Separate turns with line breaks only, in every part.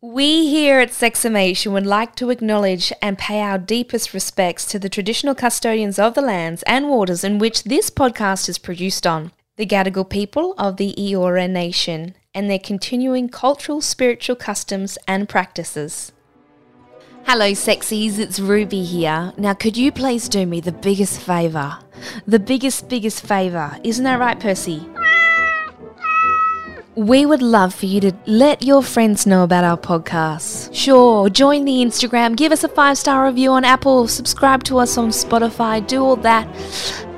We here at Sexamation would like to acknowledge and pay our deepest respects to the traditional custodians of the lands and waters in which this podcast is produced on, the Gadigal people of the Eora Nation, and their continuing cultural, spiritual customs and practices. Hello, sexies, it's Ruby here. Now, could you please do me the biggest favour? The biggest, biggest favour. Isn't that right, Percy? We would love for you to let your friends know about our podcast. Sure, join the Instagram, give us a five star review on Apple, subscribe to us on Spotify, do all that.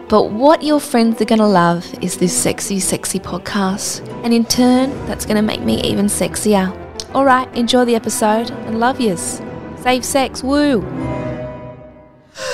But what your friends are going to love is this sexy, sexy podcast. And in turn, that's going to make me even sexier. All right, enjoy the episode and love yous. Save sex, woo.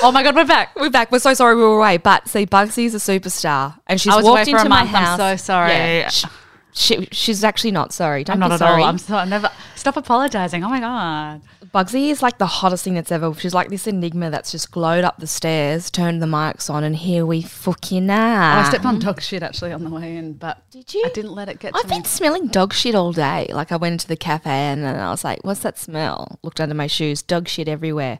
Oh my god, we're back. We're back. We're so sorry we were away. But see, Bugsy's a superstar. And she's
I was
walked
away for
into
a
my
month. I'm
house.
so
sorry.
Sh- She, she's actually not sorry. Don't
I'm
be
not at
sorry.
all. I'm so I'm never. Stop apologizing. Oh my god.
Bugsy is like the hottest thing that's ever. She's like this enigma that's just glowed up the stairs, turned the mics on, and here we fucking are.
Oh, I stepped on dog shit actually on the way in, but did
you?
I didn't let it get.
I've
to
been
me.
smelling dog shit all day. Like I went into the cafe and, and I was like, "What's that smell?" Looked under my shoes, dog shit everywhere.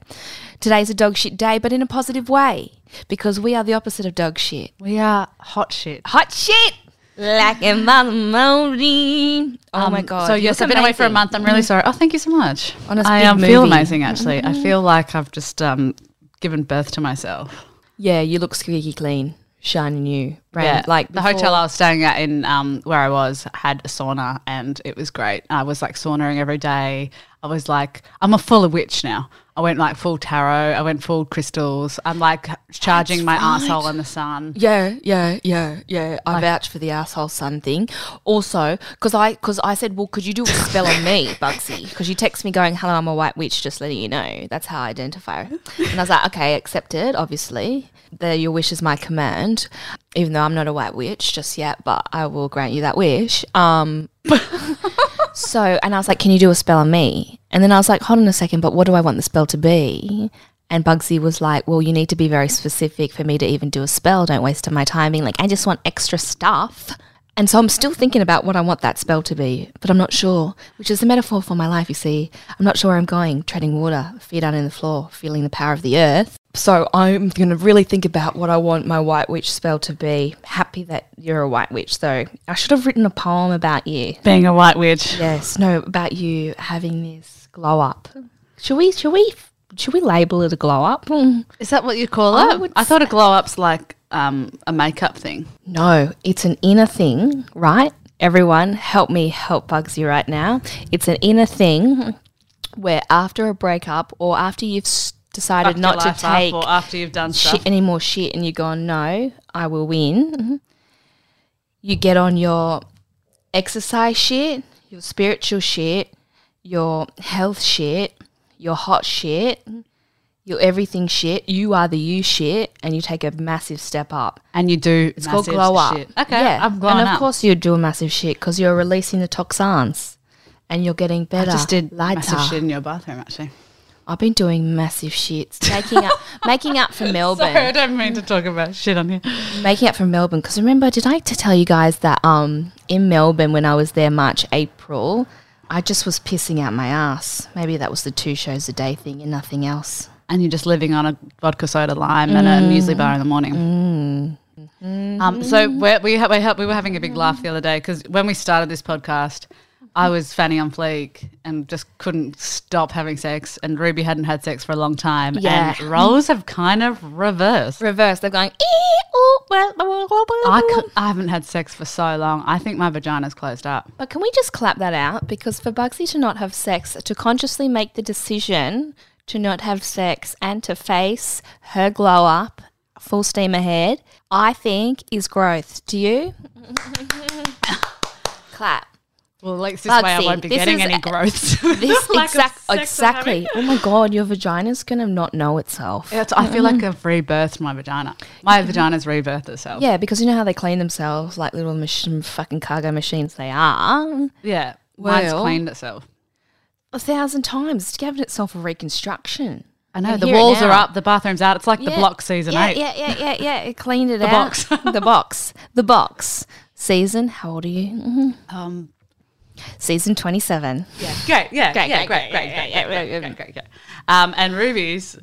Today's a dog shit day, but in a positive way because we are the opposite of dog shit.
We are hot shit.
hot shit. Like in the morning. Oh my
Um,
god!
So
you
yes,
look
I've been away for a
amazing.
month. I'm really sorry. Oh, thank you so much.
On a
I
big
um, feel
movie.
amazing actually. I feel like I've just um given birth to myself.
Yeah, you look squeaky clean, shiny new, brand.
Yeah,
Like
the hotel
before-
I was staying at in um, where I was had a sauna and it was great. I was like saunering every day. I was like, I'm a full witch now. I went like full tarot. I went full crystals. I'm like charging my asshole in the sun.
Yeah, yeah, yeah, yeah. I vouch for the asshole sun thing. Also, because I because I said, well, could you do a spell on me, Bugsy? Because you text me going, "Hello, I'm a white witch." Just letting you know, that's how I identify. her. And I was like, okay, accepted. Obviously, the, your wish is my command. Even though I'm not a white witch just yet, but I will grant you that wish. Um, so, and I was like, can you do a spell on me? And then I was like, hold on a second, but what do I want the spell to be? And Bugsy was like, well, you need to be very specific for me to even do a spell. Don't waste my time being like, I just want extra stuff. And so I'm still thinking about what I want that spell to be, but I'm not sure, which is a metaphor for my life, you see. I'm not sure where I'm going, treading water, feet down in the floor, feeling the power of the earth. So I'm going to really think about what I want my white witch spell to be. Happy that you're a white witch, though. I should have written a poem about you.
Being a white witch.
Yes, no, about you having this glow up. Should we? Should we? Should we label it a glow up? Mm.
Is that what you call
I
it?
would
I thought a glow up's like um, a makeup thing.
No, it's an inner thing, right? Everyone, help me help Bugsy right now. It's an inner thing where after a breakup or after you've s- decided not to take
or after you've done
shit
stuff.
any more shit and you're gone no i will win Mhm. you get on your exercise shit your spiritual shit your health shit your hot shit your everything shit you are the you shit and you take a massive step up
And you do it's
called glow up
Okay, I'm glowing
and of
up.
course you do a massive shit because you're releasing the toxins and you're getting
I
better
just did
lighter
massive shit in your bathroom actually.
i've been doing massive shits making up making up for melbourne
Sorry, I don't mean to talk about shit on here.
making it from Melbourne because remember, did I to tell you guys that um in Melbourne when I was there March April, I just was pissing out my ass. Maybe that was the two shows a day thing and nothing else.
and you're just living on a vodka soda lime and a
Mm.
muesli bar in the morning. Um, so we're, we ha- we, ha- we were having a big laugh the other day because when we started this podcast, I was fanny on fleek and just couldn't stop having sex. And Ruby hadn't had sex for a long time.
Yeah.
And roles have kind of reversed.
Reverse, they're going. "Ee, ooh, well, blah, blah, blah, blah,
I,
blah."
cou- I haven't had sex for so long. I think my vagina's closed up.
But can we just clap that out? Because for Bugsy to not have sex, to consciously make the decision to not have sex and to face her glow up, full steam ahead, I think is growth. Do you? clap.
Well, like this
Bugsy,
way, I won't be
this
getting
is
any
a-
growth.
This
Lack of
exact,
sex I'm
exactly.
having.
Oh my god, your vagina's gonna not know itself.
It's- I feel like I've rebirthed my vagina. My vagina's rebirthed itself.
Yeah, because you know how they clean themselves like little mach- fucking cargo machines they are.
Yeah.
Well-
Mine's cleaned itself.
A thousand times. It's given itself a reconstruction.
I know
I
the
hear it
walls are
now.
up, the bathroom's out. It's like the
Yeah,
block season
yeah,
eight.
Yeah, yeah, yeah, yeah. It cleaned it out.
box.
the box. The box. Season. How old are you?
Um,
season 27.
Great, yeah,
Great,
yeah,
great, great,
great, great,
great, great,
great, great,
great,
great, great, great, great. Um, and Ruby's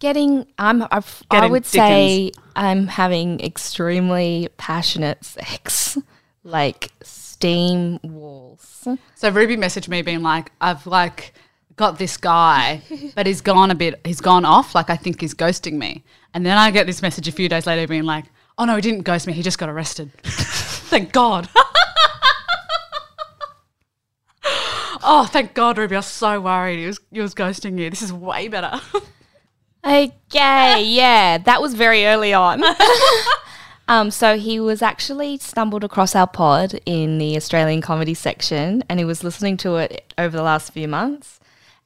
Getting, I'm, I've, I
Getting
would say I'm having extremely passionate sex, like steam walls.
So Ruby messaged me being like, I've like got this guy, but he's gone a bit, he's gone off. Like, I think he's ghosting me. And then I get this message a few days later being like, oh no, he didn't ghost me. He just got arrested. thank God. oh, thank God, Ruby. I was so worried. He was, he was ghosting you. This is way better.
Okay, yeah, that was very early on. um, so he was actually stumbled across our pod in the Australian comedy section, and he was listening to it over the last few months.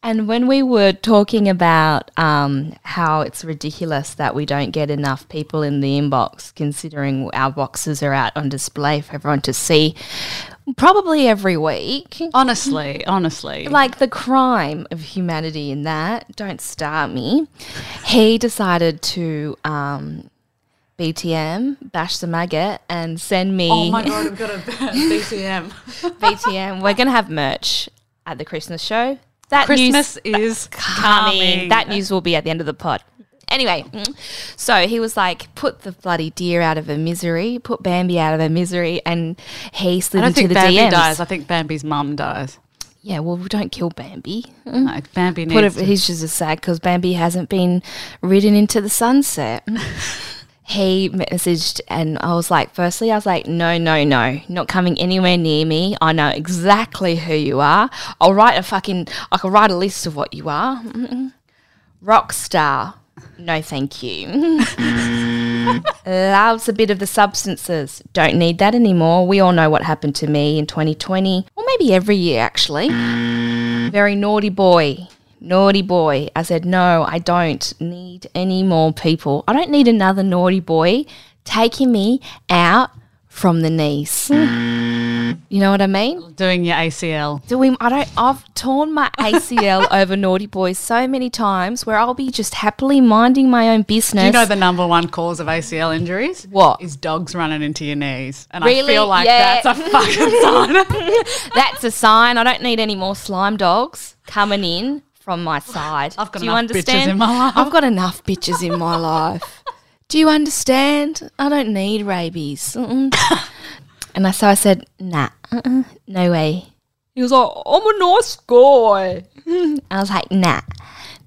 And when we were talking about um, how it's ridiculous that we don't get enough people in the inbox, considering our boxes are out on display for everyone to see, probably every week.
honestly, honestly.
Like the crime of humanity in that. Don't start me. He decided to um, BTM, bash the maggot, and send me
oh my God, I've got a BCM.
BTM. We're going to have merch at the Christmas show. That news
Christmas is coming.
That news will be at the end of the pod. Anyway, mm. so he was like, put the bloody deer out of her misery, put Bambi out of her misery, and he
I
slid
don't
into
think
the
Bambi
DMs.
dies. I think Bambi's mum dies.
Yeah, well, we don't kill Bambi.
No, Bambi needs
Put it,
to
he's just as sad because Bambi hasn't been ridden into the sunset. he messaged, and I was like, firstly, I was like, no, no, no, not coming anywhere near me. I know exactly who you are. I'll write a fucking, I can write a list of what you are. Mm-mm. Rock star. No, thank you. Loves a bit of the substances. Don't need that anymore. We all know what happened to me in 2020, or maybe every year actually very naughty boy. Naughty boy. I said, no, I don't need any more people. I don't need another naughty boy taking me out from the knees. you know what I mean?
doing your ACL.
Doing, I don't, I've torn my ACL over naughty boys so many times where I'll be just happily minding my own business.
Do you know the number one cause of ACL injuries?
What?
Is dogs running into your knees. And I
Really?
feel like
Yeah.
that's a fucking sign.
That's a sign. I don't need any more slime dogs coming in from my side.
I've got
Do you
enough bitches
understand?
in my life.
I've got enough bitches in my life. Do you understand? I don't need rabies. Mm-mm. and I, so I said, nah, uh-uh, no way. He was like, I'm a nice guy. I was like, nah,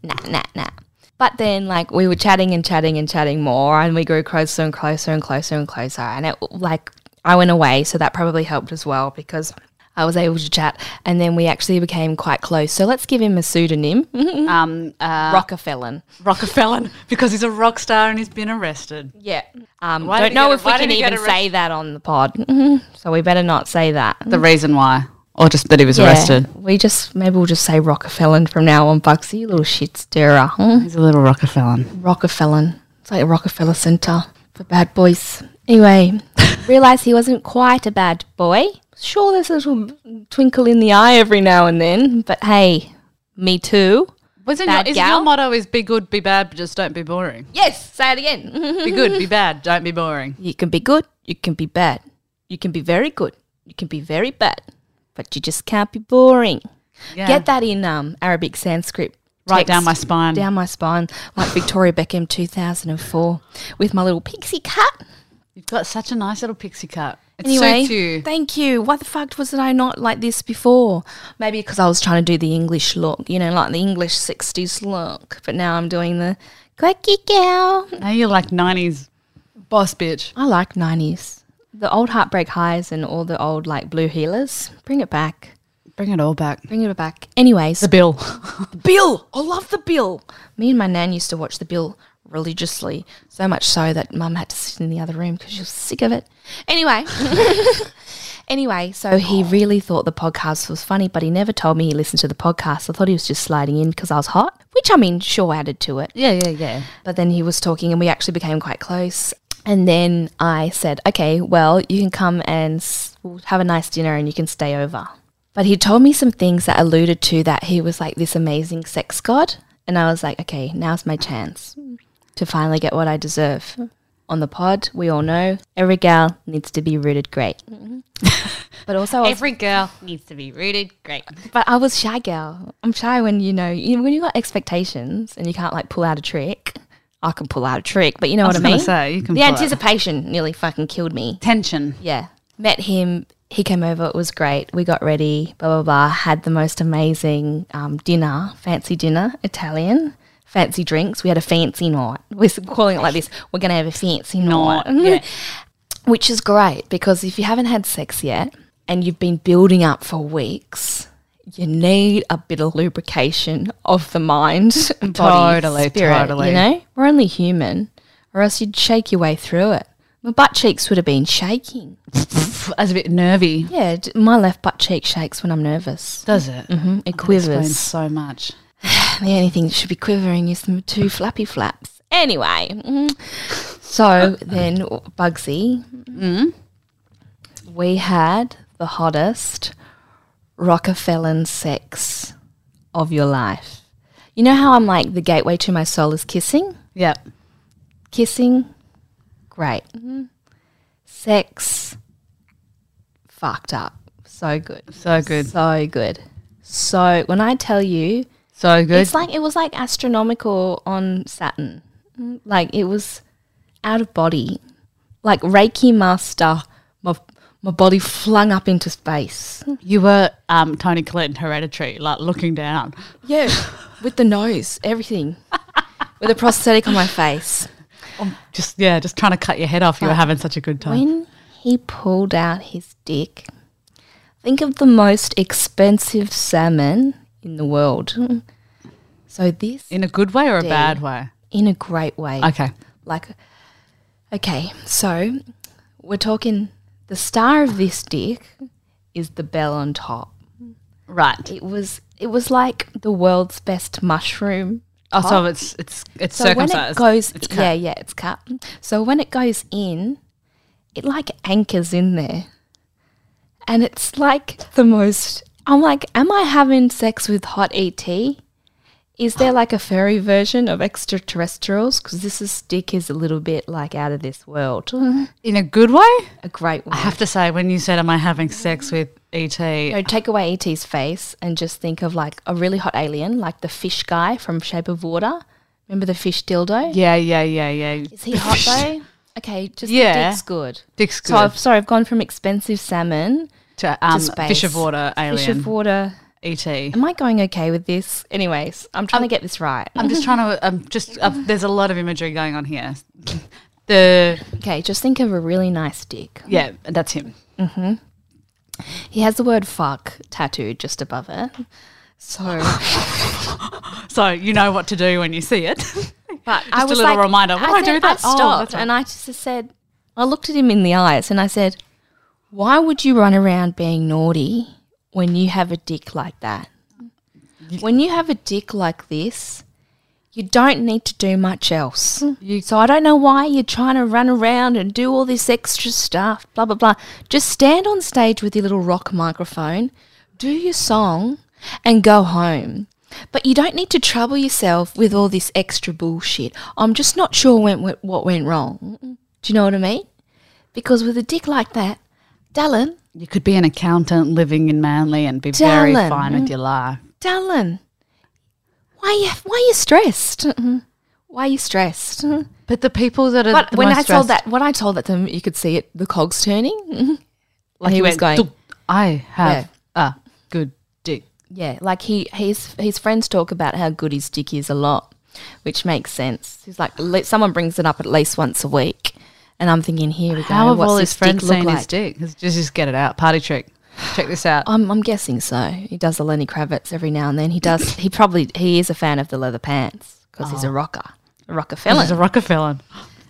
nah, nah, nah. But then, like, we were chatting and chatting and chatting more, and we grew closer and closer and closer and closer. And it, like, I went away, so that probably helped as well because I was able to chat. And then we actually became quite close. So let's give him a pseudonym
um, uh,
Rockefeller.
Rockefeller, because he's a rock star and he's been arrested.
Yeah. Um,
Why did
don't
he
know
get-
if we
why did
can
he get
even say that on the pod. Mm-hmm. so we better not say that.
The reason why, or just that he was arrested.
Yeah, we just maybe we'll just say Rockefeller from now on, Bugsy, you little shit stirrer. Hmm?
He's a little Rockefeller.
Rockefeller. It's like a Rockefeller Center for bad boys. Anyway, realised he wasn't quite a bad boy. Sure, there's a little twinkle in the eye every now and then, but hey, me too.
Wasn't
Bad
your, is
gal?
your motto is be good, be bad, but just don't be boring? Mm-hmm.
Yes, say it again.
Be good, be bad, don't be boring.
You can be good, you can be bad. You can be very good, you can be very bad, but you just can't be boring.
Yeah.
Get that in um, Arabic Sanskrit.
Right down
text,
my spine.
Down my spine, like Victoria Beckham 2004, with my little pixie cut.
You've got such a nice little pixie cut. It
Anyway,
suits you.
thank you. Why the fuck was I not like this before? Maybe because I was trying to do the English look, you know, like the English 60s look, but now I'm doing the quirky girl.
Now you're like 90s boss bitch.
I like 90s. The old Heartbreak Highs and all the old like blue healers. Bring it back.
Bring it all back.
Bring it back. Anyways,
The bill.
Bill. I love the Bill. Me and my nan used to watch the Bill religiously, so much so that mum had to sit in the other room because she was sick of it. Anyway, anyway, so he really thought the podcast was funny, but he never told me he listened to the podcast. I thought he was just sliding in because I was hot, which I mean, sure added to it.
yeah, yeah, yeah.
But then he was talking, and we actually became quite close. And then I said, "Okay, well, you can come and s- we'll have a nice dinner, and you can stay over." But he told me some things that alluded to that he was like this amazing sex god, and I was like, "Okay, now's my chance to finally get what I deserve." on the pod, we all know every gal needs to be rooted great. but also, I was-
Every girl needs to be rooted great.
but I was shy gal. I'm shy when you know you, when you got expectations and you can't like pull out a trick. I can pull out a trick, but you know
was
what I
gonna
mean.
say, you can
the
pull out-
anticipation nearly fucking killed me.
Tension.
Yeah. Met him. He came over. It was great. We got ready, blah, blah, blah. Had the most amazing um, dinner, fancy dinner, Italian, fancy drinks. We had a fancy night. We're calling it like this. We're going to have a fancy night. Which is great because if you haven't had sex yet and you've been building up for weeks, you need a bit of lubrication of the mind, and body,
Totally,
spirit,
totally.
You know, we're only human, or else you'd shake your way through it. My butt cheeks would have been shaking.
Pff, That's a bit nervy.
Yeah, d- my left butt cheek shakes when I'm nervous.
Does it? Mm-hmm.
It
Explains
quivers.
so much.
The only thing that should be quivering is the two flappy flaps. Anyway, mm. so then Bugsy, Mm-hmm. we had the hottest Rockefeller sex of your life. You know how I'm like the gateway to my soul is kissing?
Yep.
Kissing, great. Mm-hmm. Sex, fucked up. So good.
So good.
So good. So when I tell you,
So good.
it's like it was like astronomical on Saturn. Mm, Like it was out of body. Like Reiki master, my my body flung up into space.
you were um, Tony Collette in Hereditary, like looking down.
Yeah, with the nose, everything. with a prosthetic on my face. Oh.
Just, yeah, just trying to cut your head off. You were having such a good time.
When he pulled out his dick, think of the most expensive salmon in the world. So this
in a good way or a bad way?
in a great way.
Okay.
like okay so we're talking the star of this dick is the bell on top
Right.
it was it was like the world's best mushroom
Oh, so it's it's it's
so when it
circumcised.
goes yeah yeah it's cut so when it goes in it like anchors in there and it's like the most i'm like am i having sex with hot et is there like a fairy version of extraterrestrials because this is dick is a little bit like out of this world
in a good way?
a great one
I have to say, when you said, "Am I having sex with E ET?"
So take away ET's face and just think of like a really hot alien, like the fish guy from Shape of Water. Remember the fish dildo?
Yeah, yeah, yeah, yeah.
Is he hot though? Okay, just yeah.
Yeah.
dick's good.
Dick's
So I've
good.
sorry, I've gone from expensive salmon
to, um,
space.
fish of water, alien, E
fish of water.
ET.
Am I going okay with this? Anyways, I'm trying to get this right.
I'm just trying to. I'm just. i there's a lot of imagery going on here. The
Okay, just think of a really nice dick.
yeah, that's him.
He has the word fuck tattooed just above it. So
So you know what to do when you see it.
But I
a
was
little
like,
reminder, why do I do
said-
that?
I
Oh,
stopped
that's right.
and I just said, I looked at him in the eyes and I said, Why would you run around being naughty when you have a dick like that? When you have a dick like this, you don't need to do much else. so I don't know why you're trying to run around and do all this extra stuff, blah, blah, blah. Just stand on stage with your little rock microphone, do your song, and go home. But you don't need to trouble yourself with all this extra bullshit. I'm just not sure when, when, what went wrong. Do you know what I mean? Because with a dick like that, Dallin,
You could be an accountant living in Manly and be very
Darling.
fine with your life.
Dallin, why you, why are you stressed? Why are you stressed?
But the people that are
But
the
when
most
I told
stressed-
that, when I told that to him, you could see it, the cogs turning. Mhm.
like
he
you
was
went,
going-
"Duh, I have a good dick.
Yeah, like he his his friends talk about how good his dick is a lot, which makes sense. He's like, le- someone brings it up at least once a weck, and I'm thinking, here we go.
How have
what's
all
this
his friends
dick look
seen
like? Oh,
his dick? Just, just get it out. Party trick. Check this out.
I'm, I'm guessing so. He does the Lenny Kravitz every now and then. He does. He probably he is a fan of the leather pants because he's a rocker, a Rockefeller.
Oh. He's a Rockefeller.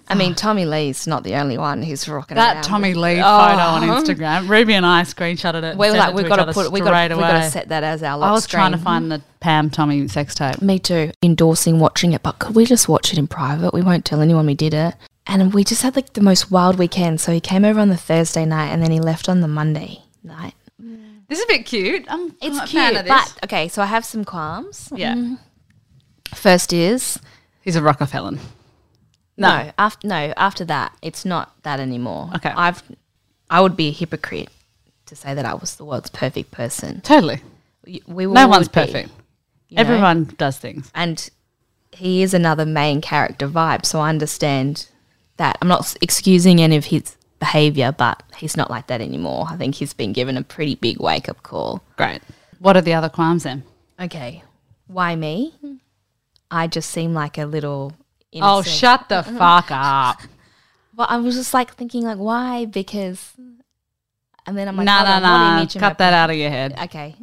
I mean, Tommy Lee's not the only one who's rocking
That
around
Tommy
with-
Lee photo on Instagram. Ruby and I screenshotted it. and
We Oh. were
sent
like,
it
we've
to
got
each
to
other
put, we've got
straight
to, we've got
away.
to set that as our. Lock
I was trying to
screen.
find the Pam Tommy sex tape.
Me too. Endorsing watching it, but could we just watch it in private? We won't tell anyone we did it. And we just had like the most wild weekend. So he came over on the Thursday night and then he left on the Monday night.
This is a bit cute. I'm,
It's
I'm a fan
cute,
of this.
but okay. So I have some qualms.
yeah,
First is
he's a Rockefeller.
No, after no, after that, it's not that anymore.
Okay.
I've I would be a hypocrite to say that I was the world's perfect person.
Totally.
Y- We
No
all
one's
would be,
perfect.
you know?
Everyone does things.
and he is another main character vibe, so I understand that. I'm not s- excusing any of his behavior, but he's not like that anymore. I think he's been given a pretty big wake up call.
Great. What are the other crimes then?
Okay, why me? I just seem like a little.
Oh,
innocent-
shut the fuck up.
But I was just like thinking, like, why? Because, and then I'm
No,
like,
no,
hold on, what
no.
image am I
Cut that out of your head.
putting- Okay,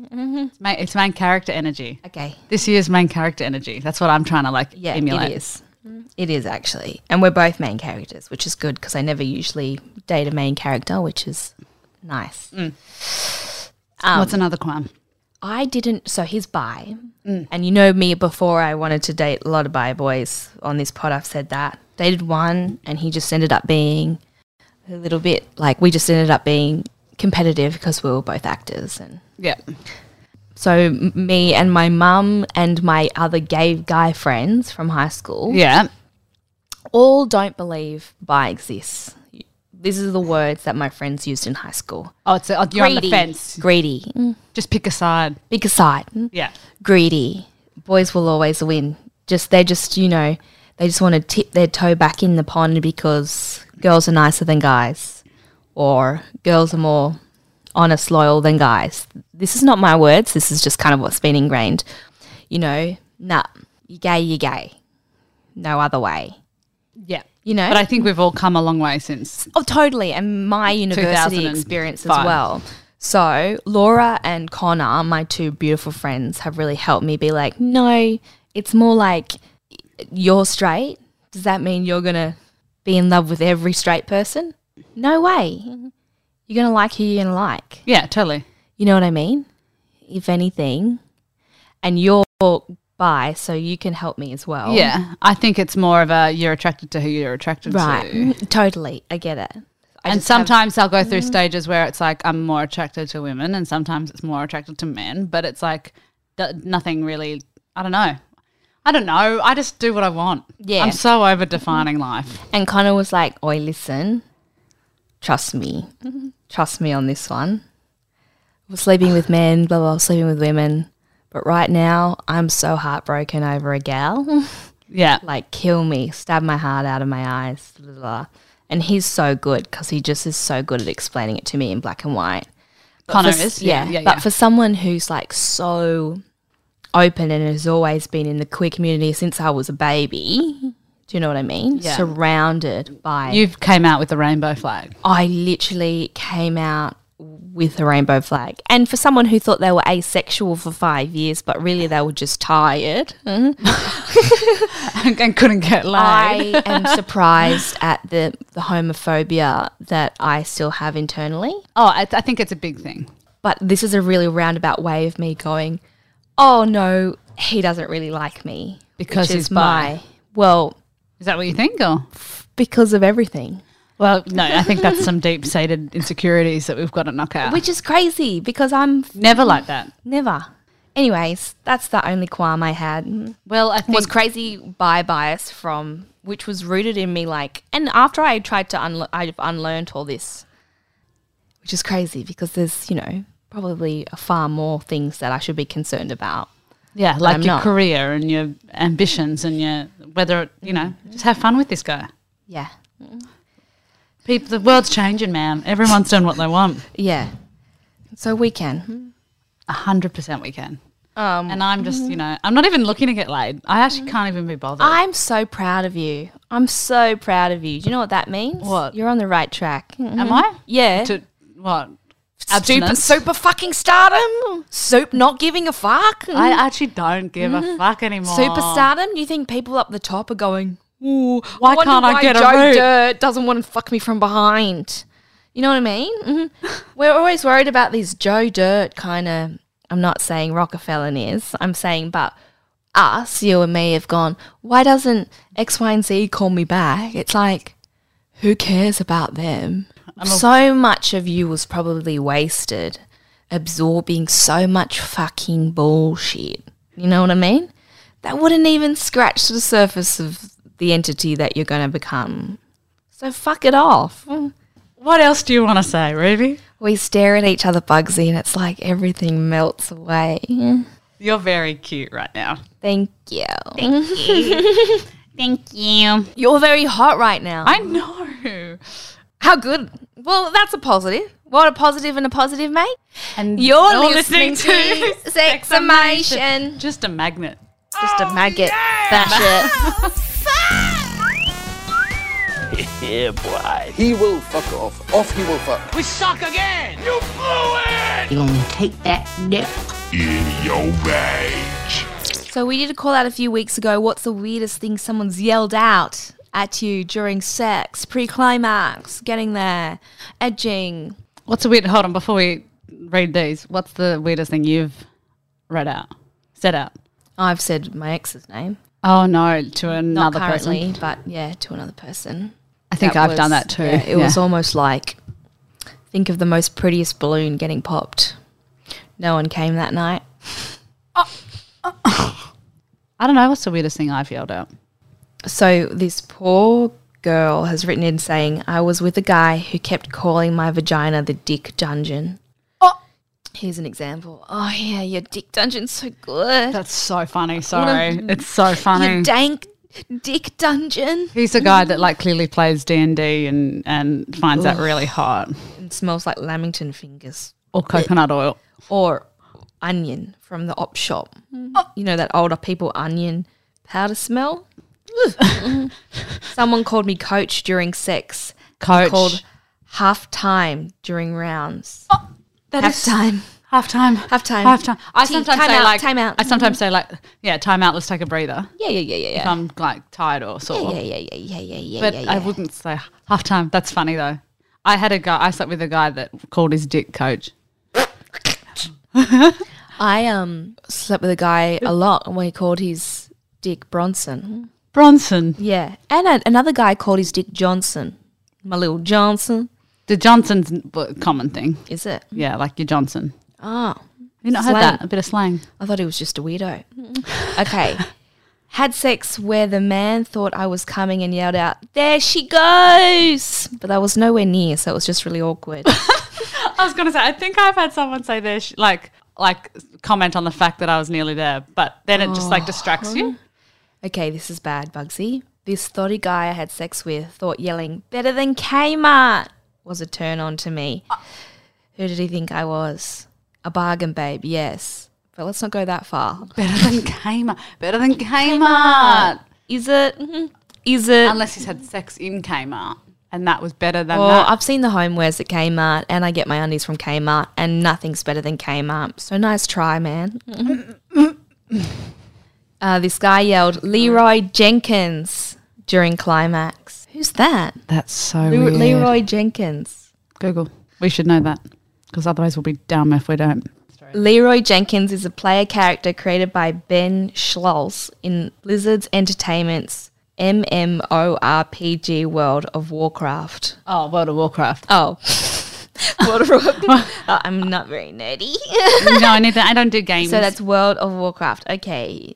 It's main, it's main character energy.
okay,
This year's main character energy. That's what I'm trying to like
yeah,
emulate.
it is. It is actually, and we're both main characters, which is good because I never usually date a main character, which is nice.
What's another crime?
I didn't. So he's bi, and you know me. Before I wanted to date a lot of bi boys on this pod. I've said that dated one, and he just ended up being a little bit like we just ended up being competitive because we were both actors and
Yeah.
So m- me and my mum and my other gay guy friends from high school
Yeah.
all don't believe bi exists. This is the words that my friends used in high school.
Oh, it's a, you're on the fence. Mm.
Greedy.
Just pick a side.
Pick a side.
Yeah.
Greedy. Boys will always win. Just they just, you know, they just want to tip their toe back in the pond because girls are nicer than guys or girls are more honest, loyal than guys. This is not my words. This is just kind of what's been ingrained. You know, nah, you gay, you gay. No other way.
Yeah.
You know?
But I think we've all come a long way since.
Oh, totally. And my university
2005.
experience as well. So, Laura and Connor, my two beautiful friends, have really helped me be like, no, it's more like you're straight. Does that mean you're going to be in love with every straight person? No way. You're going to like who you're going to like.
Yeah, totally.
You know what I mean? If anything. And you're bi, so you can help me as well.
Yeah. I think it's more of a you're attracted to who you're attracted
Right.
to.
Totally. I get it. I
and
just have- Mm.
sometimes I'll go through stages where it's like I'm more attracted to women, and sometimes it's more attracted to men. But it's like th- nothing really. I don't know. I don't know. I just do what I want.
Yeah. Mm-hmm.
I'm so over defining life.
And Connor was like, Oi, listen, trust me. Trust me on this one. We're sleeping with men, blah, blah, sleeping with women. But right now, I'm so heartbroken over a gal.
Yeah.
like, kill me, stab my heart out of my eyes, blah, blah, blah. And he's so good because he just is so good at explaining it to me in black and white. But
Connor
for s-
is. Yeah. Yeah.
But
yeah.
for someone who's like so open and has always been in the queer community since I was a baby, do you know what I mean?
Yeah.
Surrounded by
you came out with the rainbow flag.
I literally came out with a rainbow flag. And for someone who thought they were asexual for five years, but really they were just tired,
and couldn't get laid.
I am surprised at the, the homophobia that I still have internally.
oh, I, I think it's a big thing.
But this is a really roundabout way of me going, oh no, he doesn't really like me.
Because
which
he's
is
bi.
my, well,
Is that what you think? Or
because of everything.
well, no, I think that's some deep seated insecurities that we've got to knock out.
Which is crazy because I'm
Never like that.
never. Anyways, that's the only qualm I had.
Well, I think
was crazy bi bias from which was rooted in me like and after I tried to unle- I've unlearned all this which is crazy because there's you know probably far more things that I should be concerned about
Yeah, like
I'm
your
not.
career and your ambitions and your whether it- you know,
Mm-hmm.
just have fun with this guy.
yeah
People, the world's changing, man. Everyone's doing what they want.
yeah so we
Hmm.
can
A hundred percent, we can.
um Mm-hmm.
And I'm just, you know, I'm not even looking to get laid. I actually can't even be bothered.
I'm so proud of you I'm so proud of you do you know what that means
What?
you're on the right track Hmm.
Am I?
yeah
To what?
super
abstinence?
super fucking stardom soap not giving a fuck
I actually don't give
Mm-hmm.
a fuck anymore.
superstardom, you think people up the top are going, ooh,
Why
wonder
can't I get a
Joe
root?"
Dirt doesn't want to fuck me from behind. You know what I mean? Mhm. We're always worried about these Joe Dirt kind of. I'm not saying Rockefeller is. I'm saying, but us, you and me, have gone. Why doesn't X, Y, and Z call me back? It's like, who cares about them? so much of you was probably wasted, absorbing so much fucking bullshit. You know what I mean? That wouldn't even scratch the surface of the entity that you're going to become. So fuck it off.
What else do you want to say, Ruby?
We stare at each other, Bugsy, and it's like everything melts away.
You're very cute right now.
Thank you.
Thank you.
You're very hot right now.
I know.
How good. Well, that's a positive. What a positive and a positive, mate.
And
You're listening, to Sexamation.
Just a magnet.
Just a maggot. That shit.
Yeah, boy.
He will fuck off. Off he will fuck.
We suck again. You blew it.
You're gonna take that nip.
In your rage.
So we did a call out a few weeks ago. What's the weirdest thing someone's yelled out at you during sex, pre-climax, getting there, edging?
What's the weird? Hold on, before we read these, what's the weirdest thing you've read out, said out?
I've said my ex's name.
Oh no, to
Not
another
currently,
person.
but yeah, to another person.
I think I've done that too.
yeah, it was almost like think of the most prettiest balloon getting popped. No one came that night.
I don't know. What's the weirdest thing I've yelled out?
So this poor girl has written in saying, I was with a guy who kept calling my vagina the dick dungeon. Oh, here's an example. Oh yeah, your dick dungeon's so good.
That's so funny. Sorry, it's so funny.
Your dank dick dungeon.
He's a guy that like clearly plays D and D and and finds that really hot.
It smells like lamington fingers
Or coconut oil.
or onion from the op shop.
Oh.
You know that older people onion powder smell. Mm. Someone called me coach during sex.
Coach.
Called half time during rounds.
That
half time.
Half time.
Half time.
Half time. I
Tea-
sometimes
time
say
out,
like
time out.
I sometimes say like yeah, time out. Let's take a breather.
Yeah, yeah, yeah, yeah,
If
yeah.
I'm like tired or sore.
Yeah, yeah, yeah, yeah, yeah, yeah,
But
yeah,
I
yeah.
wouldn't say half time. That's funny though. I had a guy. I slept with a guy that called his dick coach.
I um slept with a guy a lot, and we called his dick Bronson.
Bronson.
Yeah, and a, another guy called his dick Johnson. My little Johnson,
The Johnson's a common thing.
is it?
Yeah, like your Johnson.
Oh,
Have you not
Slang.
heard that? A bit of slang.
I thought he was just a weirdo. Okay. Had sex where the man thought I was coming and yelled out, There she goes! But I was nowhere near, so it was just really awkward.
I was gonna say. I think I've had someone say this, like like comment on the fact that I was nearly there, but then it just like distracts you.
okay, this is bad, Bugsy. This thotty guy I had sex with thought yelling, Better than Kmart! was a turn on to me.
Uh.
Who did he think I was? A bargain babe, yes. But let's not go that far.
Better than Kmart. Better than Kmart.
Is it? Mhm. Is it?
Unless he's had sex in Kmart, and that was better than
Well,
that.
I've seen the homewares at Kmart, and I get my undies from Kmart, and nothing's better than Kmart. So nice try, man. uh, this guy yelled Leroy Jenkins during climax. Who's that?
That's so
Le- Leroy Jenkins.
Google. We should know that because otherwise we'll be dumb if we don't.
Leroy Jenkins is a player character created by Ben Schloss in Blizzard's Entertainment's MMORPG World of Warcraft.
Oh, World of Warcraft.
Oh. World of Warcraft. Oh, I'm not very nerdy.
no, I need that. I don't do games.
So that's World of Warcraft. Okay.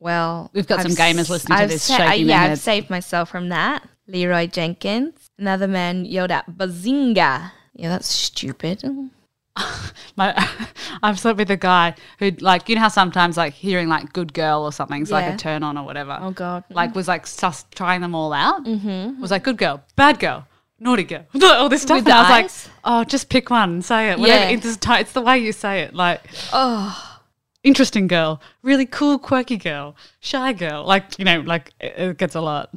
Well,
We've got some gamers listening to this shaking
I,
their
yeah, I've
heads.
saved myself from that. Leroy Jenkins. Another man yelled out, Bazinga. Yeah, that's stupid.
My, I've slept with a guy who, like, you know how sometimes, like, hearing, like, good girl or something's like
Yeah.
a turn on or whatever.
Oh, God.
Like, was, like, sus- trying them all out. Mm-hmm. Was like, good girl, bad girl, naughty girl, all this stuff.
With
and
the
I was
eyes?
like, oh, just pick one and say it. Whatever.
Yeah.
It's, just ti- it's the way you say it. Like, oh. Interesting girl, really cool, quirky girl, shy girl. Like, you know, like, it, it gets a lot.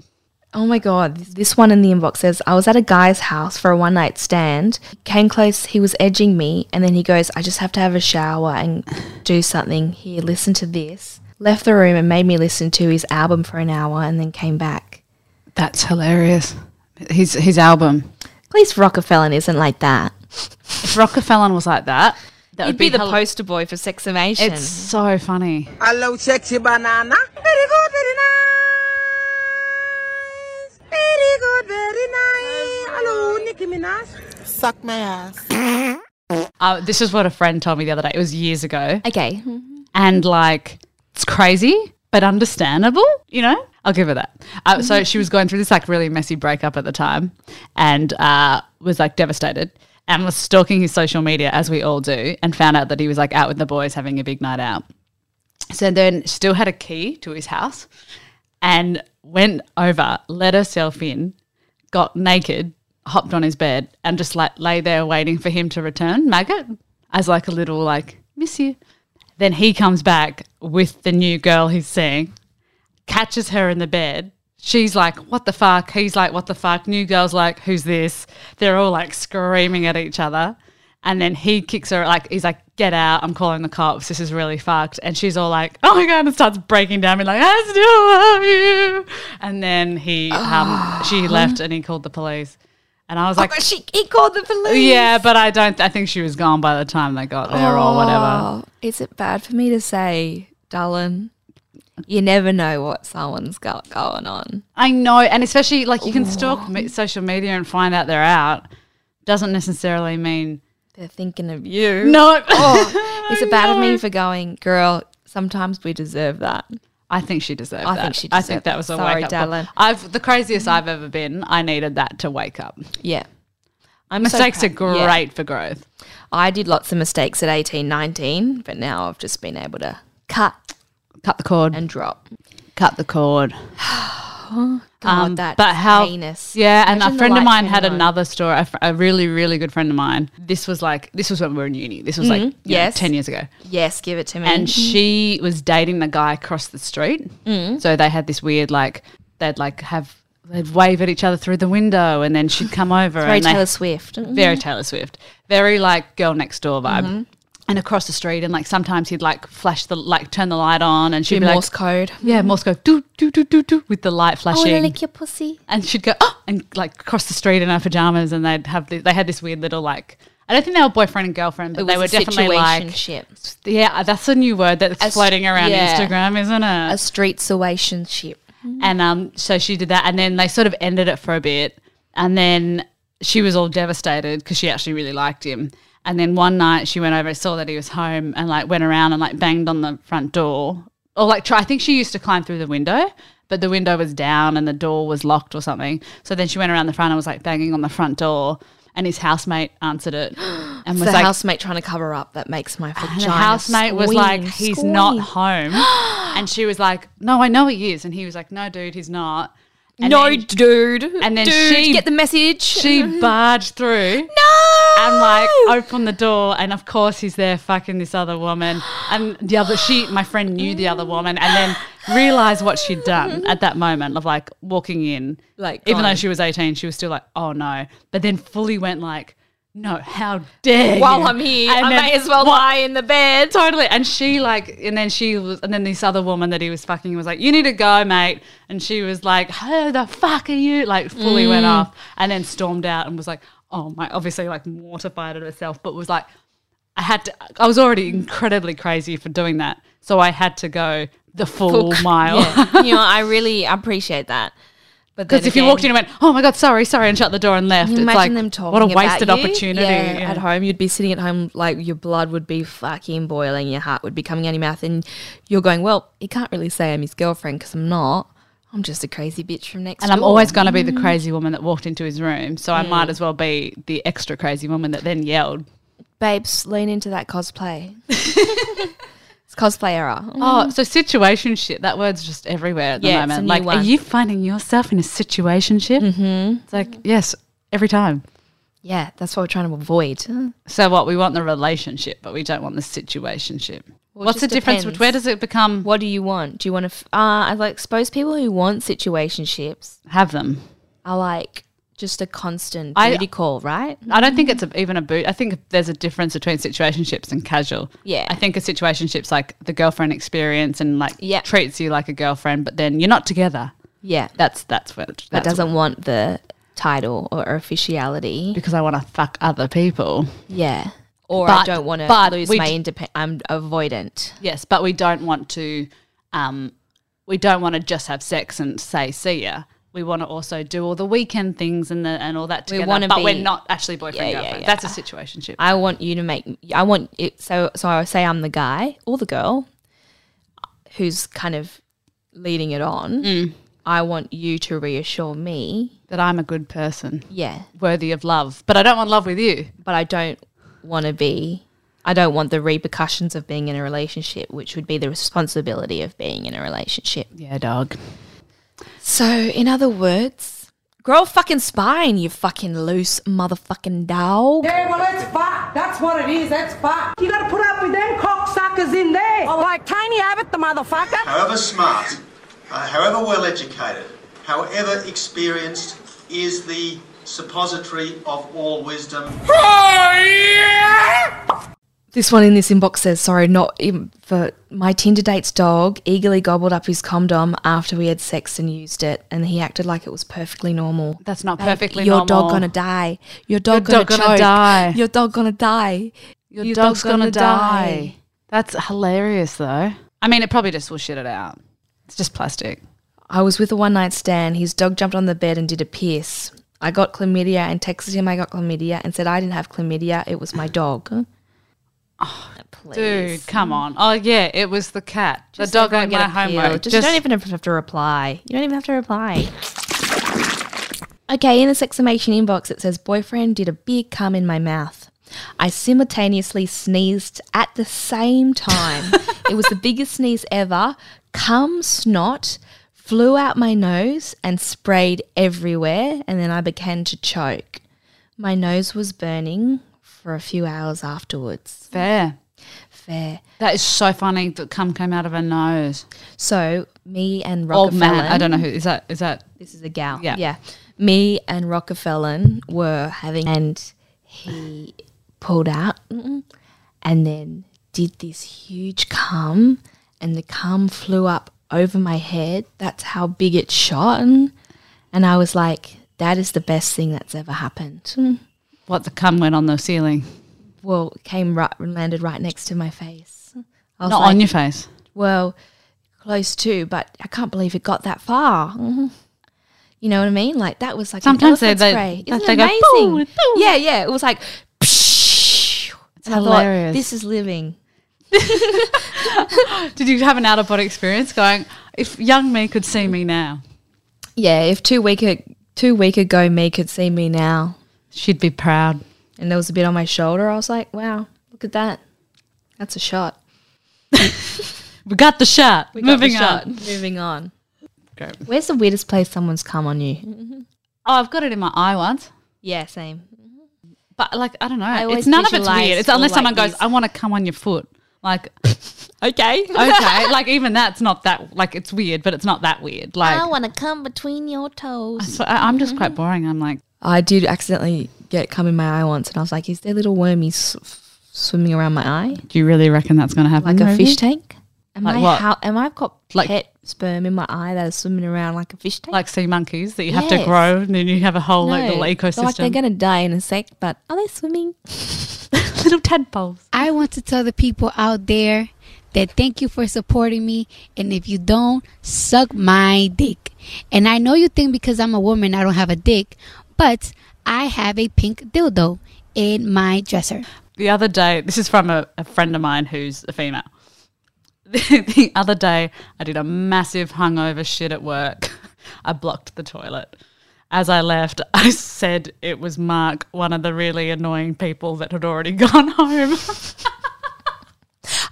Oh my god, this one in the inbox says, I was at a guy's house for a one night stand. Came close, he was edging me, and then he goes, I just have to have a shower and do something. Here, listen to this. Left the room and made me listen to his album for an hour and then came back.
That's hilarious. His, his album.
At least Rockefeller isn't like that.
If Rockefeller was like that, that
You'd
would
be, the
hel-
poster boy for seximation.
It's so funny.
Hello, sexy banana. Very good, very nice. Very good, very nice. Hello, Nicki Minaj. Suck my ass.
Uh, this is what a friend told me the other day. It was years ago.
okay.
And like, it's crazy, but understandable, you know? I'll give her that. Uh, so she was going through this like really messy breakup at the time, and uh, was like devastated, and was stalking his social media as we all do, and found out that he was like out with the boys having a big night out. So then still had a key to his house, and went over, let herself in, got naked, hopped on his bed, and just like lay there waiting for him to return, maggot, as like a little like miss you. Then he comes back with the new girl he's seeing, catches her in the bed. She's like, what the fuck? He's like, what the fuck? New girl's like, who's this? They're all like screaming at each other. And then he kicks her, like, he's like, get out. I'm calling the cops. This is really fucked. And she's all like, oh my God, and starts breaking down, being like, I still love you. And then he, um, she left and he called the police. And
Oh
I was like,
she, he called the police.
yeah, but I don't, I think she was gone by the time they got there or
Oh,
whatever.
is it bad for me to say, darling? You never know what someone's got going on.
I know, and especially like you can stalk me- social media and find out they're out. Doesn't necessarily mean
They're thinking of you.
no.
Oh, is it bad of me for going, girl? Sometimes we deserve that.
I think she deserved
I
that.
think she
I
deserved
think
that.
that was a
Sorry,
wake up. call.
Dallin.
I've the craziest I've ever been. I needed that to wake up.
Yeah. I'm so
Mistakes are
proud-
great
yeah.
for growth.
I did lots of mistakes at eighteen, nineteen, but now I've just been able to cut
Cut the cord.
and drop.
Cut the cord.
God, that's
Um, but how
heinous.
Yeah, and
Imagine
a
the
friend of
light
mine
turning
had
on.
another story. A, fr- a really, really good friend of mine. This was like this was when we were in uni. This was like you know,
Mm-hmm. Yes.
ten years ago.
Yes, give it to me.
and she was dating the guy across the street.
Mm.
So they had this weird like they'd like have they'd wave at each other through the window, and then she'd come over
very
and they-
Taylor Swift. Mm. Mm-hmm.
very Taylor Swift, very like girl next door vibe. And across the street, and like sometimes he'd like flash the like turn the light on, and she'd
Do
be
Morse
like,
code.
yeah, Morse code, do do do do do with the light
I want
flashing
to lick your pussy.
and she'd go oh and like cross the street in her pajamas and they'd have the, they had this weird little like I don't think they were boyfriend and girlfriend, but
It
they were
was a
definitely like
situationship.
yeah, uh, that's a new word that's
As-
floating around
yeah.
Instagram, isn't it?
A street situationship.
and um, so she did that, and then they sort of ended it for a bit, and then she was all devastated because she actually really liked him. And then one night she went over, saw that he was home, and like went around and like banged on the front door, or like try. I think she used to climb through the window, but the window was down and the door was locked or something. So then she went around the front and was like banging on the front door, and his housemate answered it, and
It's
was
the
like,
housemate trying to cover up that makes my vagina.
and the housemate was like,
squeam,
he's not
squeam."
home. and she was like, no, I know he is. And he was like, no, dude, he's not. And
no,
then
dude.
and then
dude,
she-
get the message.
she barged through
no.
and like opened the door. And of course, he's there fucking this other woman. And the other, she, my friend knew the other woman and then realized what she'd done at that moment of like walking in.
Like,
even though
gone.
she was 18, she was still like, oh no. But then fully went like, no, how dare
While
you?"
I'm here,
And
I
then-
may as well lie in the bed.
totally. And she like, and then she was, and then this other woman that he was fucking was like, "You need to go, mate." And she was like, "Who the fuck are you?" Like, fully went
Mm.
off, and then stormed out and was like, "Oh my!" Obviously, like mortified at herself, but was like, "I had to." I was already incredibly crazy for doing that, so I had to go the full mile.
Yeah. you know, I really appreciate that. But
Because if you walked in and went, "Oh my god, sorry, sorry," and shut the door and left,
Imagine
it's like
them talking
what a
about
wasted
you.
opportunity.
Yeah,
Yeah.
At home, you'd be sitting at home, like your blood would be fucking boiling, your heart would be coming out of your mouth, and you're going, "Well, you can't really say I'm his girlfriend because I'm not. I'm just a crazy bitch from next."
And I'm
door."
always going to be the crazy woman that walked into his room, so I
Mm.
might as well be the extra crazy woman that then yelled.
babes lean into that cosplay. it's cosplay era.
Oh, so situation shit. That word's just everywhere at the
Mm. Yeah, it's a
moment.
new
like, are
one.
you finding yourself in a situation shit? Mm-hmm. It's like, yes, every time.
Yeah, that's what we're trying to avoid.
So what? We want the relationship, but we don't want the situation shit.
Well, it
What's the
just
difference?
depends.
Where does it become?
What do you want? Do you want to? F- uh, I like suppose people who want situationships
Have them.
are like just a constant
I-
booty call, right?
I don't think it's
Mm-hmm.
a, even a boot. I think there's a difference between situationships and casual.
Yeah.
I think a situationship's like the girlfriend experience and like
Yeah.
treats you like a girlfriend, but then you're not together.
Yeah,
That's that's what that's
but doesn't want the title or officiality.
because I want to fuck other people.
Yeah, or I
But-
don't want to
but
lose
we
my
d-
independent. I'm avoidant.
Yes, but we don't want to. Um, we don't want to just have sex and say see ya. We want to also do all the weekend things and the, and all that
We
together.
wanna
but
be-
we're not actually boyfriend
Yeah, yeah,
girlfriend.
yeah.
That's a situationship.
I want you to make. I want it. So so I say I'm the
Mm.
guy or the girl who's kind of leading it on. I want you to reassure me.
that I'm a good person,
Yeah.
worthy of love. But I don't want love with you.
But I don't want to be, I don't want the repercussions of being in a relationship, which would be the responsibility of being in a relationship.
Yeah, dog.
So, in other words, grow a fucking spine, you fucking loose motherfucking dog.
Hey, well, it's fat. That's what it is. It's fat. You gotta put up with them cocksuckers in there. Oh, like Tiny Abbott, the motherfucker.
However smart, uh, however well educated, however experienced is the suppository of all wisdom.
This one in this inbox says, sorry, not im- for my Tinder date's dog eagerly gobbled up his condom after we had sex and used it, and he acted like it was perfectly normal.
That's not
Babe,
perfectly
your
normal.
dog gonna die. Your dog,
Your dog
gonna,
gonna
choke.
die.
Your dog gonna die.
Your,
Your dog's
dog's, gonna,
gonna
die.
die.
That's hilarious, though. I mean, it probably just will shit it out. It's just plastic.
I was with a one night stand. His dog jumped on the bed and did a piss. I got chlamydia and texted him I got chlamydia and said I didn't have chlamydia. It was my dog. Oh, please.
Dude, come on. Oh, yeah, it was the cat. the dog
Don't
ate
get
my
appealed.
homework.
Just, you don't even have to reply. You don't even have to reply. Okay, in the sexamation inbox, it says boyfriend did a big cum in my mouth. I simultaneously sneezed at the same time. it was the biggest sneeze ever. Cum snot flew out my nose and sprayed everywhere, and then I began to choke. My nose was burning for a few hours afterwards.
fair.
Fair.
That is so funny that cum came out of her nose.
So me and Rockefeller.
Old man. I don't know who. Is that? Is that?
This is a gal.
Yeah.
Me and Rockefeller were having, and he pulled out mm, and then did this huge cum, and the cum flew up over my head. That's how big it shot. And I was like, that is the best thing that's ever happened. Mm.
What the cum went on the ceiling?
Well, it came right, landed right next to my face. I was
Not
like,
on your face.
well, close to, but I can't believe it got that far. Mhm. You know what I mean? Like that was like
Sometimes
an
they-
elephant
they-
spray.
they-
Isn't it
they go
amazing?
boom, boom.
Yeah, yeah. It was like. It's
hilarious.
this is living.
Did you have an out of body experience? Going, if young me could see me now,
Yeah, if two week a, two week ago me could see me now,
she'd be proud.
and there was a bit on my shoulder, I was like, wow, look at that. That's a shot.
We got the shot.
We got the
Moving
shot.
on.
Moving on.
Great.
Where's the weirdest place someone's come on you?
Oh, I've got it in my eye once.
Mm-hmm. Yeah, same.
But like I don't know.
always
it's none of it's
visualise
weird. It's
all
unless
like
someone goes,
these-
"I want to come on your foot." Like
Okay.
okay, like even that's not that. Like it's weird, but it's not that weird. Like
I want to come between your toes.
so I, I'm just quite boring. I'm like,
I did accidentally get cum in my eye once, and I was like, "Is there little wormies s- swimming around my eye
do you really reckon that's going to happen?
like a
Rosie?
fish tank? Am
Like
I
what?
how am I've got
Like-
pet sperm in my eye that is swimming around like a fish tank?
like sea monkeys that you have to
Yes.
grow, and then you have a whole like,
No.
little
They're Like they're
ecosystem.
gonna die in a sec, but are they swimming?
little tadpoles.
I want to tell the people out there that thank you for supporting me. And if you don't, suck my dick. And I know you think because I'm a woman, I don't have a dick, but I have a pink dildo in my dresser.
The other day, this is from a, a friend of mine who's a female. The, the other day, I did a massive hungover shit at work. I blocked the toilet. As I left, I said it was Mark, one of the really annoying people that had already gone home.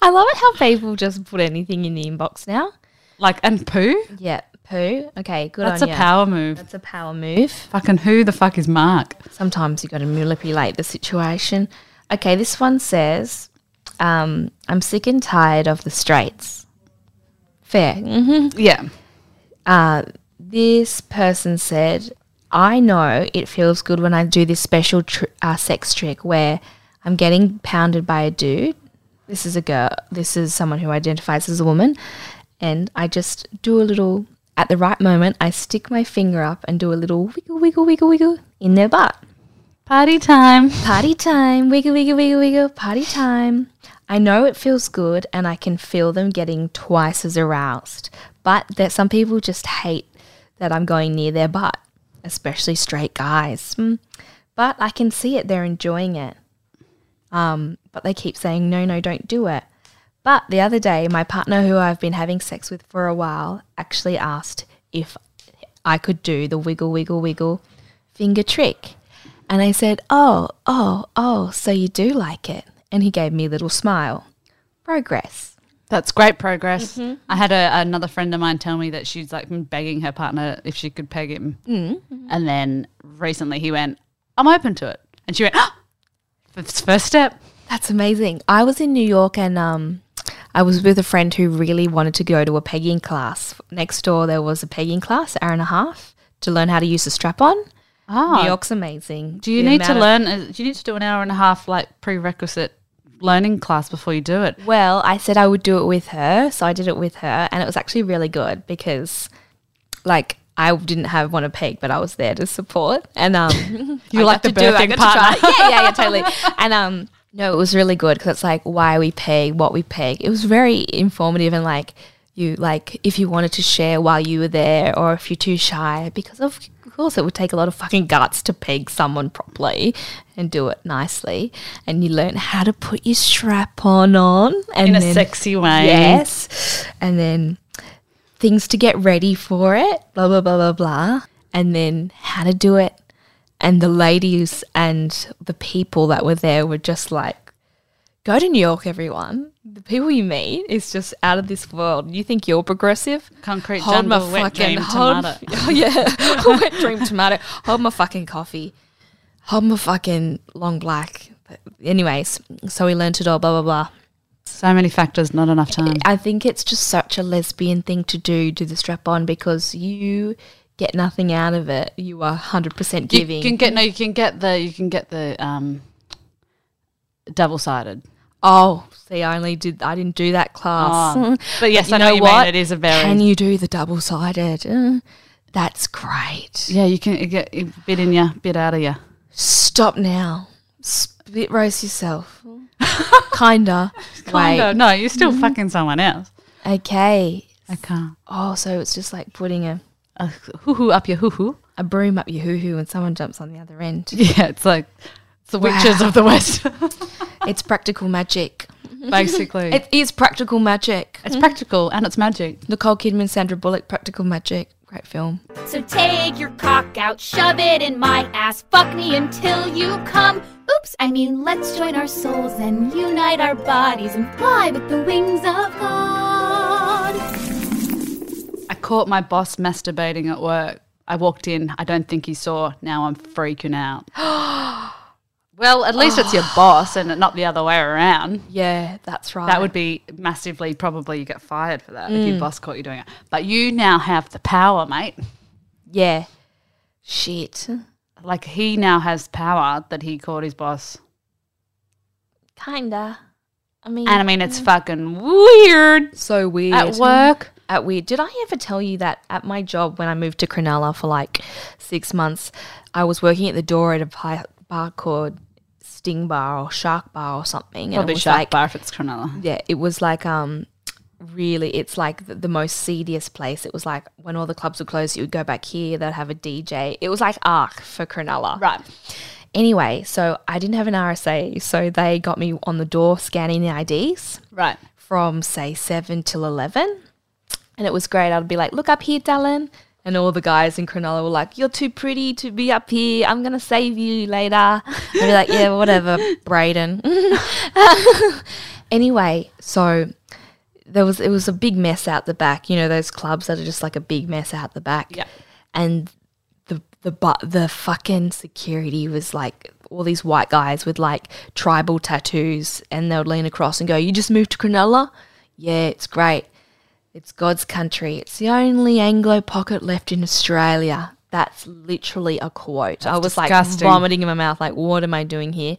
I love it how people just put anything in the inbox now.
like, and poo?
Yeah, poo. Okay, good
That's
on
a
you.
power move.
That's a power move.
Fucking who the fuck is Mark?
sometimes you got to manipulate the situation. Okay, this one says, um, "I'm sick and tired of the straights." Fair. hmm
Yeah.
Uh, this person said, "I know it feels good when I do this special tr- uh, sex trick where I'm getting pounded by a dude. This is a girl. This is someone who identifies as a woman, and I just do a little." At the right moment, I stick my finger up and do a little wiggle, wiggle, wiggle, wiggle in their butt.
Party time.
Party time, wiggle, wiggle, wiggle, wiggle, party time. I know it feels good and I can feel them getting twice as aroused, but that some people just hate that I'm going near their butt, especially straight guys. Mm. But I can see it, they're enjoying it. Um, but they keep saying, no, no, don't do it. But the other day, my partner, who I've been having sex with for a while, actually asked if I could do the wiggle, wiggle, wiggle finger trick. And I said, Oh, oh, oh, so you do like it. And he gave me a little smile. Progress.
That's great progress.
Mm-hmm.
I had a, another friend of mine tell me that she's like been begging her partner if she could peg him,
Mm. Mm-hmm.
and then recently he went, "I'm open to it," and she went, oh, first step."
That's amazing. I was in New York and um, I was with a friend who really wanted to go to a pegging class. Next door, there was a pegging class, hour and a half, to learn how to use the strap on.
Oh,
New York's amazing.
do you
Ah. The
need to
amount of-
learn? uh, Do you need to do an hour and a half like prerequisite learning class before you do it?
Well, I said I would do it with her, so I did it with her, and it was actually really good because, like, I didn't have one to peg, but I was there to support, and um,
You
I got
like the
to do it, I
birthing
got to try. yeah, yeah, yeah, totally. And um, no, it was really good because it's like why we peg, what we peg. It was very informative and like you like if you wanted to share while you were there, or if you're too shy, because of course it would take a lot of fucking guts to peg someone properly and do it nicely. And you learn how to put your strap on on and
In a
then-
sexy way.
Yes. And then things to get ready for it, blah, blah, blah, blah, blah. And then how to do it. And the ladies and the people that were there were just like, go to New York, everyone. The people you meet is just out of this world. You think you're progressive?
Concrete
hold my
jungle, wet
fucking
dream
hold,
tomato.
Oh, yeah, wet dream tomato. Hold my fucking coffee. Hold my fucking long black. But anyways, so we learned it all. Blah blah blah.
So many factors, not enough time.
I think it's just such a lesbian thing to do, do the strap on because you get nothing out of it. You are 100% giving.
You can get no. You can get the. You can get the um, double sided.
oh, see, I only did, I didn't do that class. Mm.
Oh. But yes, I know what you mean. It is a very-
Can you do the double sided? that's great.
Yeah, you can you get a bit in you, bit out of you.
Stop now. Split roast yourself. Kinda.
Kinda. No, you're still fucking someone else.
Wait. Okay.
mm-hmm. I can't.
Oh, so it's just like putting a,
Uh, hoo hoo up your hoo hoo.
a broom up your hoo hoo and someone jumps on the other end.
Yeah, it's like it's the witches of the west,
it's practical magic.
basically. Mm-hmm.
It is practical magic.
it's practical and it's magic.
Nicole Kidman, Sandra Bullock, Practical Magic. Great film.
So take your cock out, shove it in my ass, fuck me until you come. Oops, I mean, let's join our souls and unite our bodies and fly with the wings of God.
I caught my boss masturbating at work. I walked in. I don't think he saw. Now I'm freaking out. well, at least it's your boss and not the other way around.
Yeah, that's right.
That would be massively probably you get fired for that if your boss caught you doing it. But you now have the power, mate.
Yeah. Shit.
Like he now has power that he caught his boss.
Kinda. I mean,
And I mean it's fucking weird.
so weird.
Mm-hmm. At work.
At weird. Did I ever tell you that at my job when I moved to Cronulla for like six months, I was working at the door at a pi- bar called Sting Bar or Shark Bar or something. and it
Probably
was
shark
like-
bar if it's Cronulla.
yeah, it was like um really it's like the, the most seediest place. It was like when all the clubs were closed, you would go back here, they'd have a DJ. It was like Arc for Cronulla.
Right.
Anyway, so I didn't have an RSA, so they got me on the door scanning the IDs
Right.
from say 7 till 11. And it was great. I'd be like, look up here, Dallin. And all the guys in Cronulla were like, you're too pretty to be up here. I'm going to save you later. I'd be like, yeah, whatever, Brayden. anyway, so there was it was a big mess out the back. You know those clubs that are just like a big mess out the back.
Yeah.
And the the but the fucking security was like all these white guys with like tribal tattoos, and they would lean across and go, "You just moved to Cronulla? Yeah, it's great. It's God's country. It's the only Anglo pocket left in Australia." That's literally a quote. I was
disgusting.
like vomiting in my mouth, like, what am I doing here?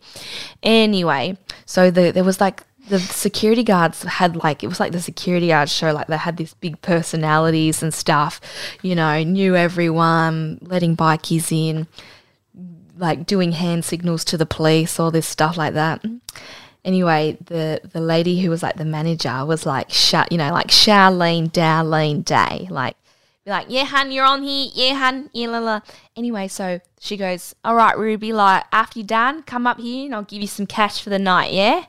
Anyway, so the, there was like the security guards had like it was like the security guards show like they had these big personalities and stuff, you know, knew everyone, letting bikies in, like doing hand signals to the police, all this stuff like that. Anyway, the the lady who was like the manager was like, "Shut," you know, like Charlene Darlene Day, like be like, yeah, hun, you're on here. Yeah, hun, yeah, la, la. Anyway, so she goes, all right, Ruby, like, after you're done, come up here and I'll give you some cash for the night, yeah?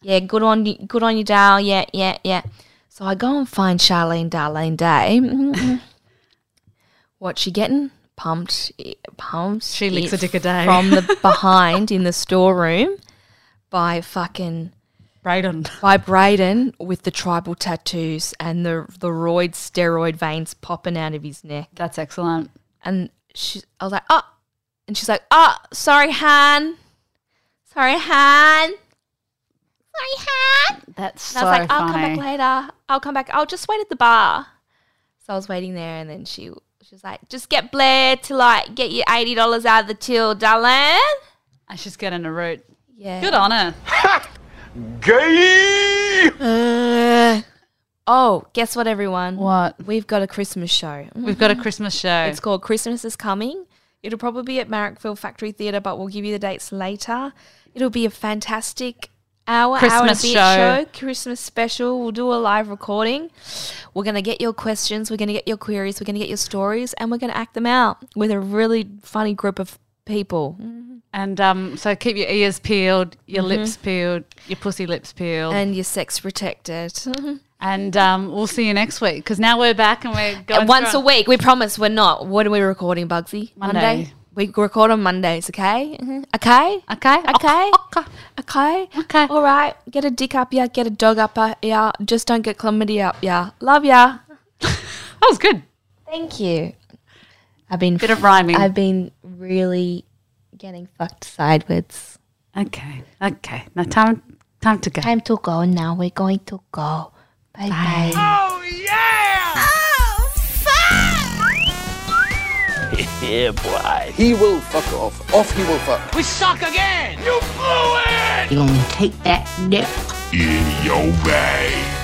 Yeah, good on you, good on you, Dale. Yeah, yeah, yeah. So I go and find Charlene Darlene Day. What she getting? Pumped, i- pumped.
She licks
it
a dick a day.
from the behind in the storeroom by fucking
Brayden.
by Braden with the tribal tattoos and the the roid steroid veins popping out of his neck.
That's excellent.
And she, I was like, oh, and she's like, oh, sorry, Han, sorry, Han, sorry, Han.
That's
And I was like, I'll come back later. I'll come back. I'll just wait at the bar. So I was waiting there, and then she she was like, just get Blair to like get your eighty dollars out of the till, darling.
And she's getting a root.
Yeah.
Good on her.
Gay!
Uh, oh, guess what, everyone?
What?
We've got a Christmas show.
We've got a Christmas show.
It's called Christmas is Coming. It'll probably be at Marrickville Factory Theatre, but we'll give you the dates later. It'll be a fantastic hour, hour and a
Christmas
bit
show.
show. Christmas special. We'll do a live recording. We're going to get your questions, we're going to get your queries, we're going to get your stories, and we're going to act them out with a really funny group of people.
Mm. and um, so keep your ears peeled, your
Mm-hmm.
lips peeled, your pussy lips peeled. And,
And your sex protected.
um, we'll see you next week because now we're back and we're going
And once
strong.
a week, we promise we're not. What are we recording, Bugsy?
Monday.
We record on Mondays, okay? Mhm. Okay?
Okay.
Okay.
Okay.
Okay.
Okay.
All right. Get a dick up ya. Get a dog up uh, ya. Just don't get chlamydia up ya. Love ya.
That was good.
Thank you. I've been
Bit of rhyming.
I've been really getting fucked sideways.
Okay. Okay. Now time time to go.
Time to go now. We're going to go. Bye bye.
Oh, yeah! yeah, boy.
He will fuck off. Off he will fuck.
We suck again! You blew it!
You're gonna take that dick.
In your way.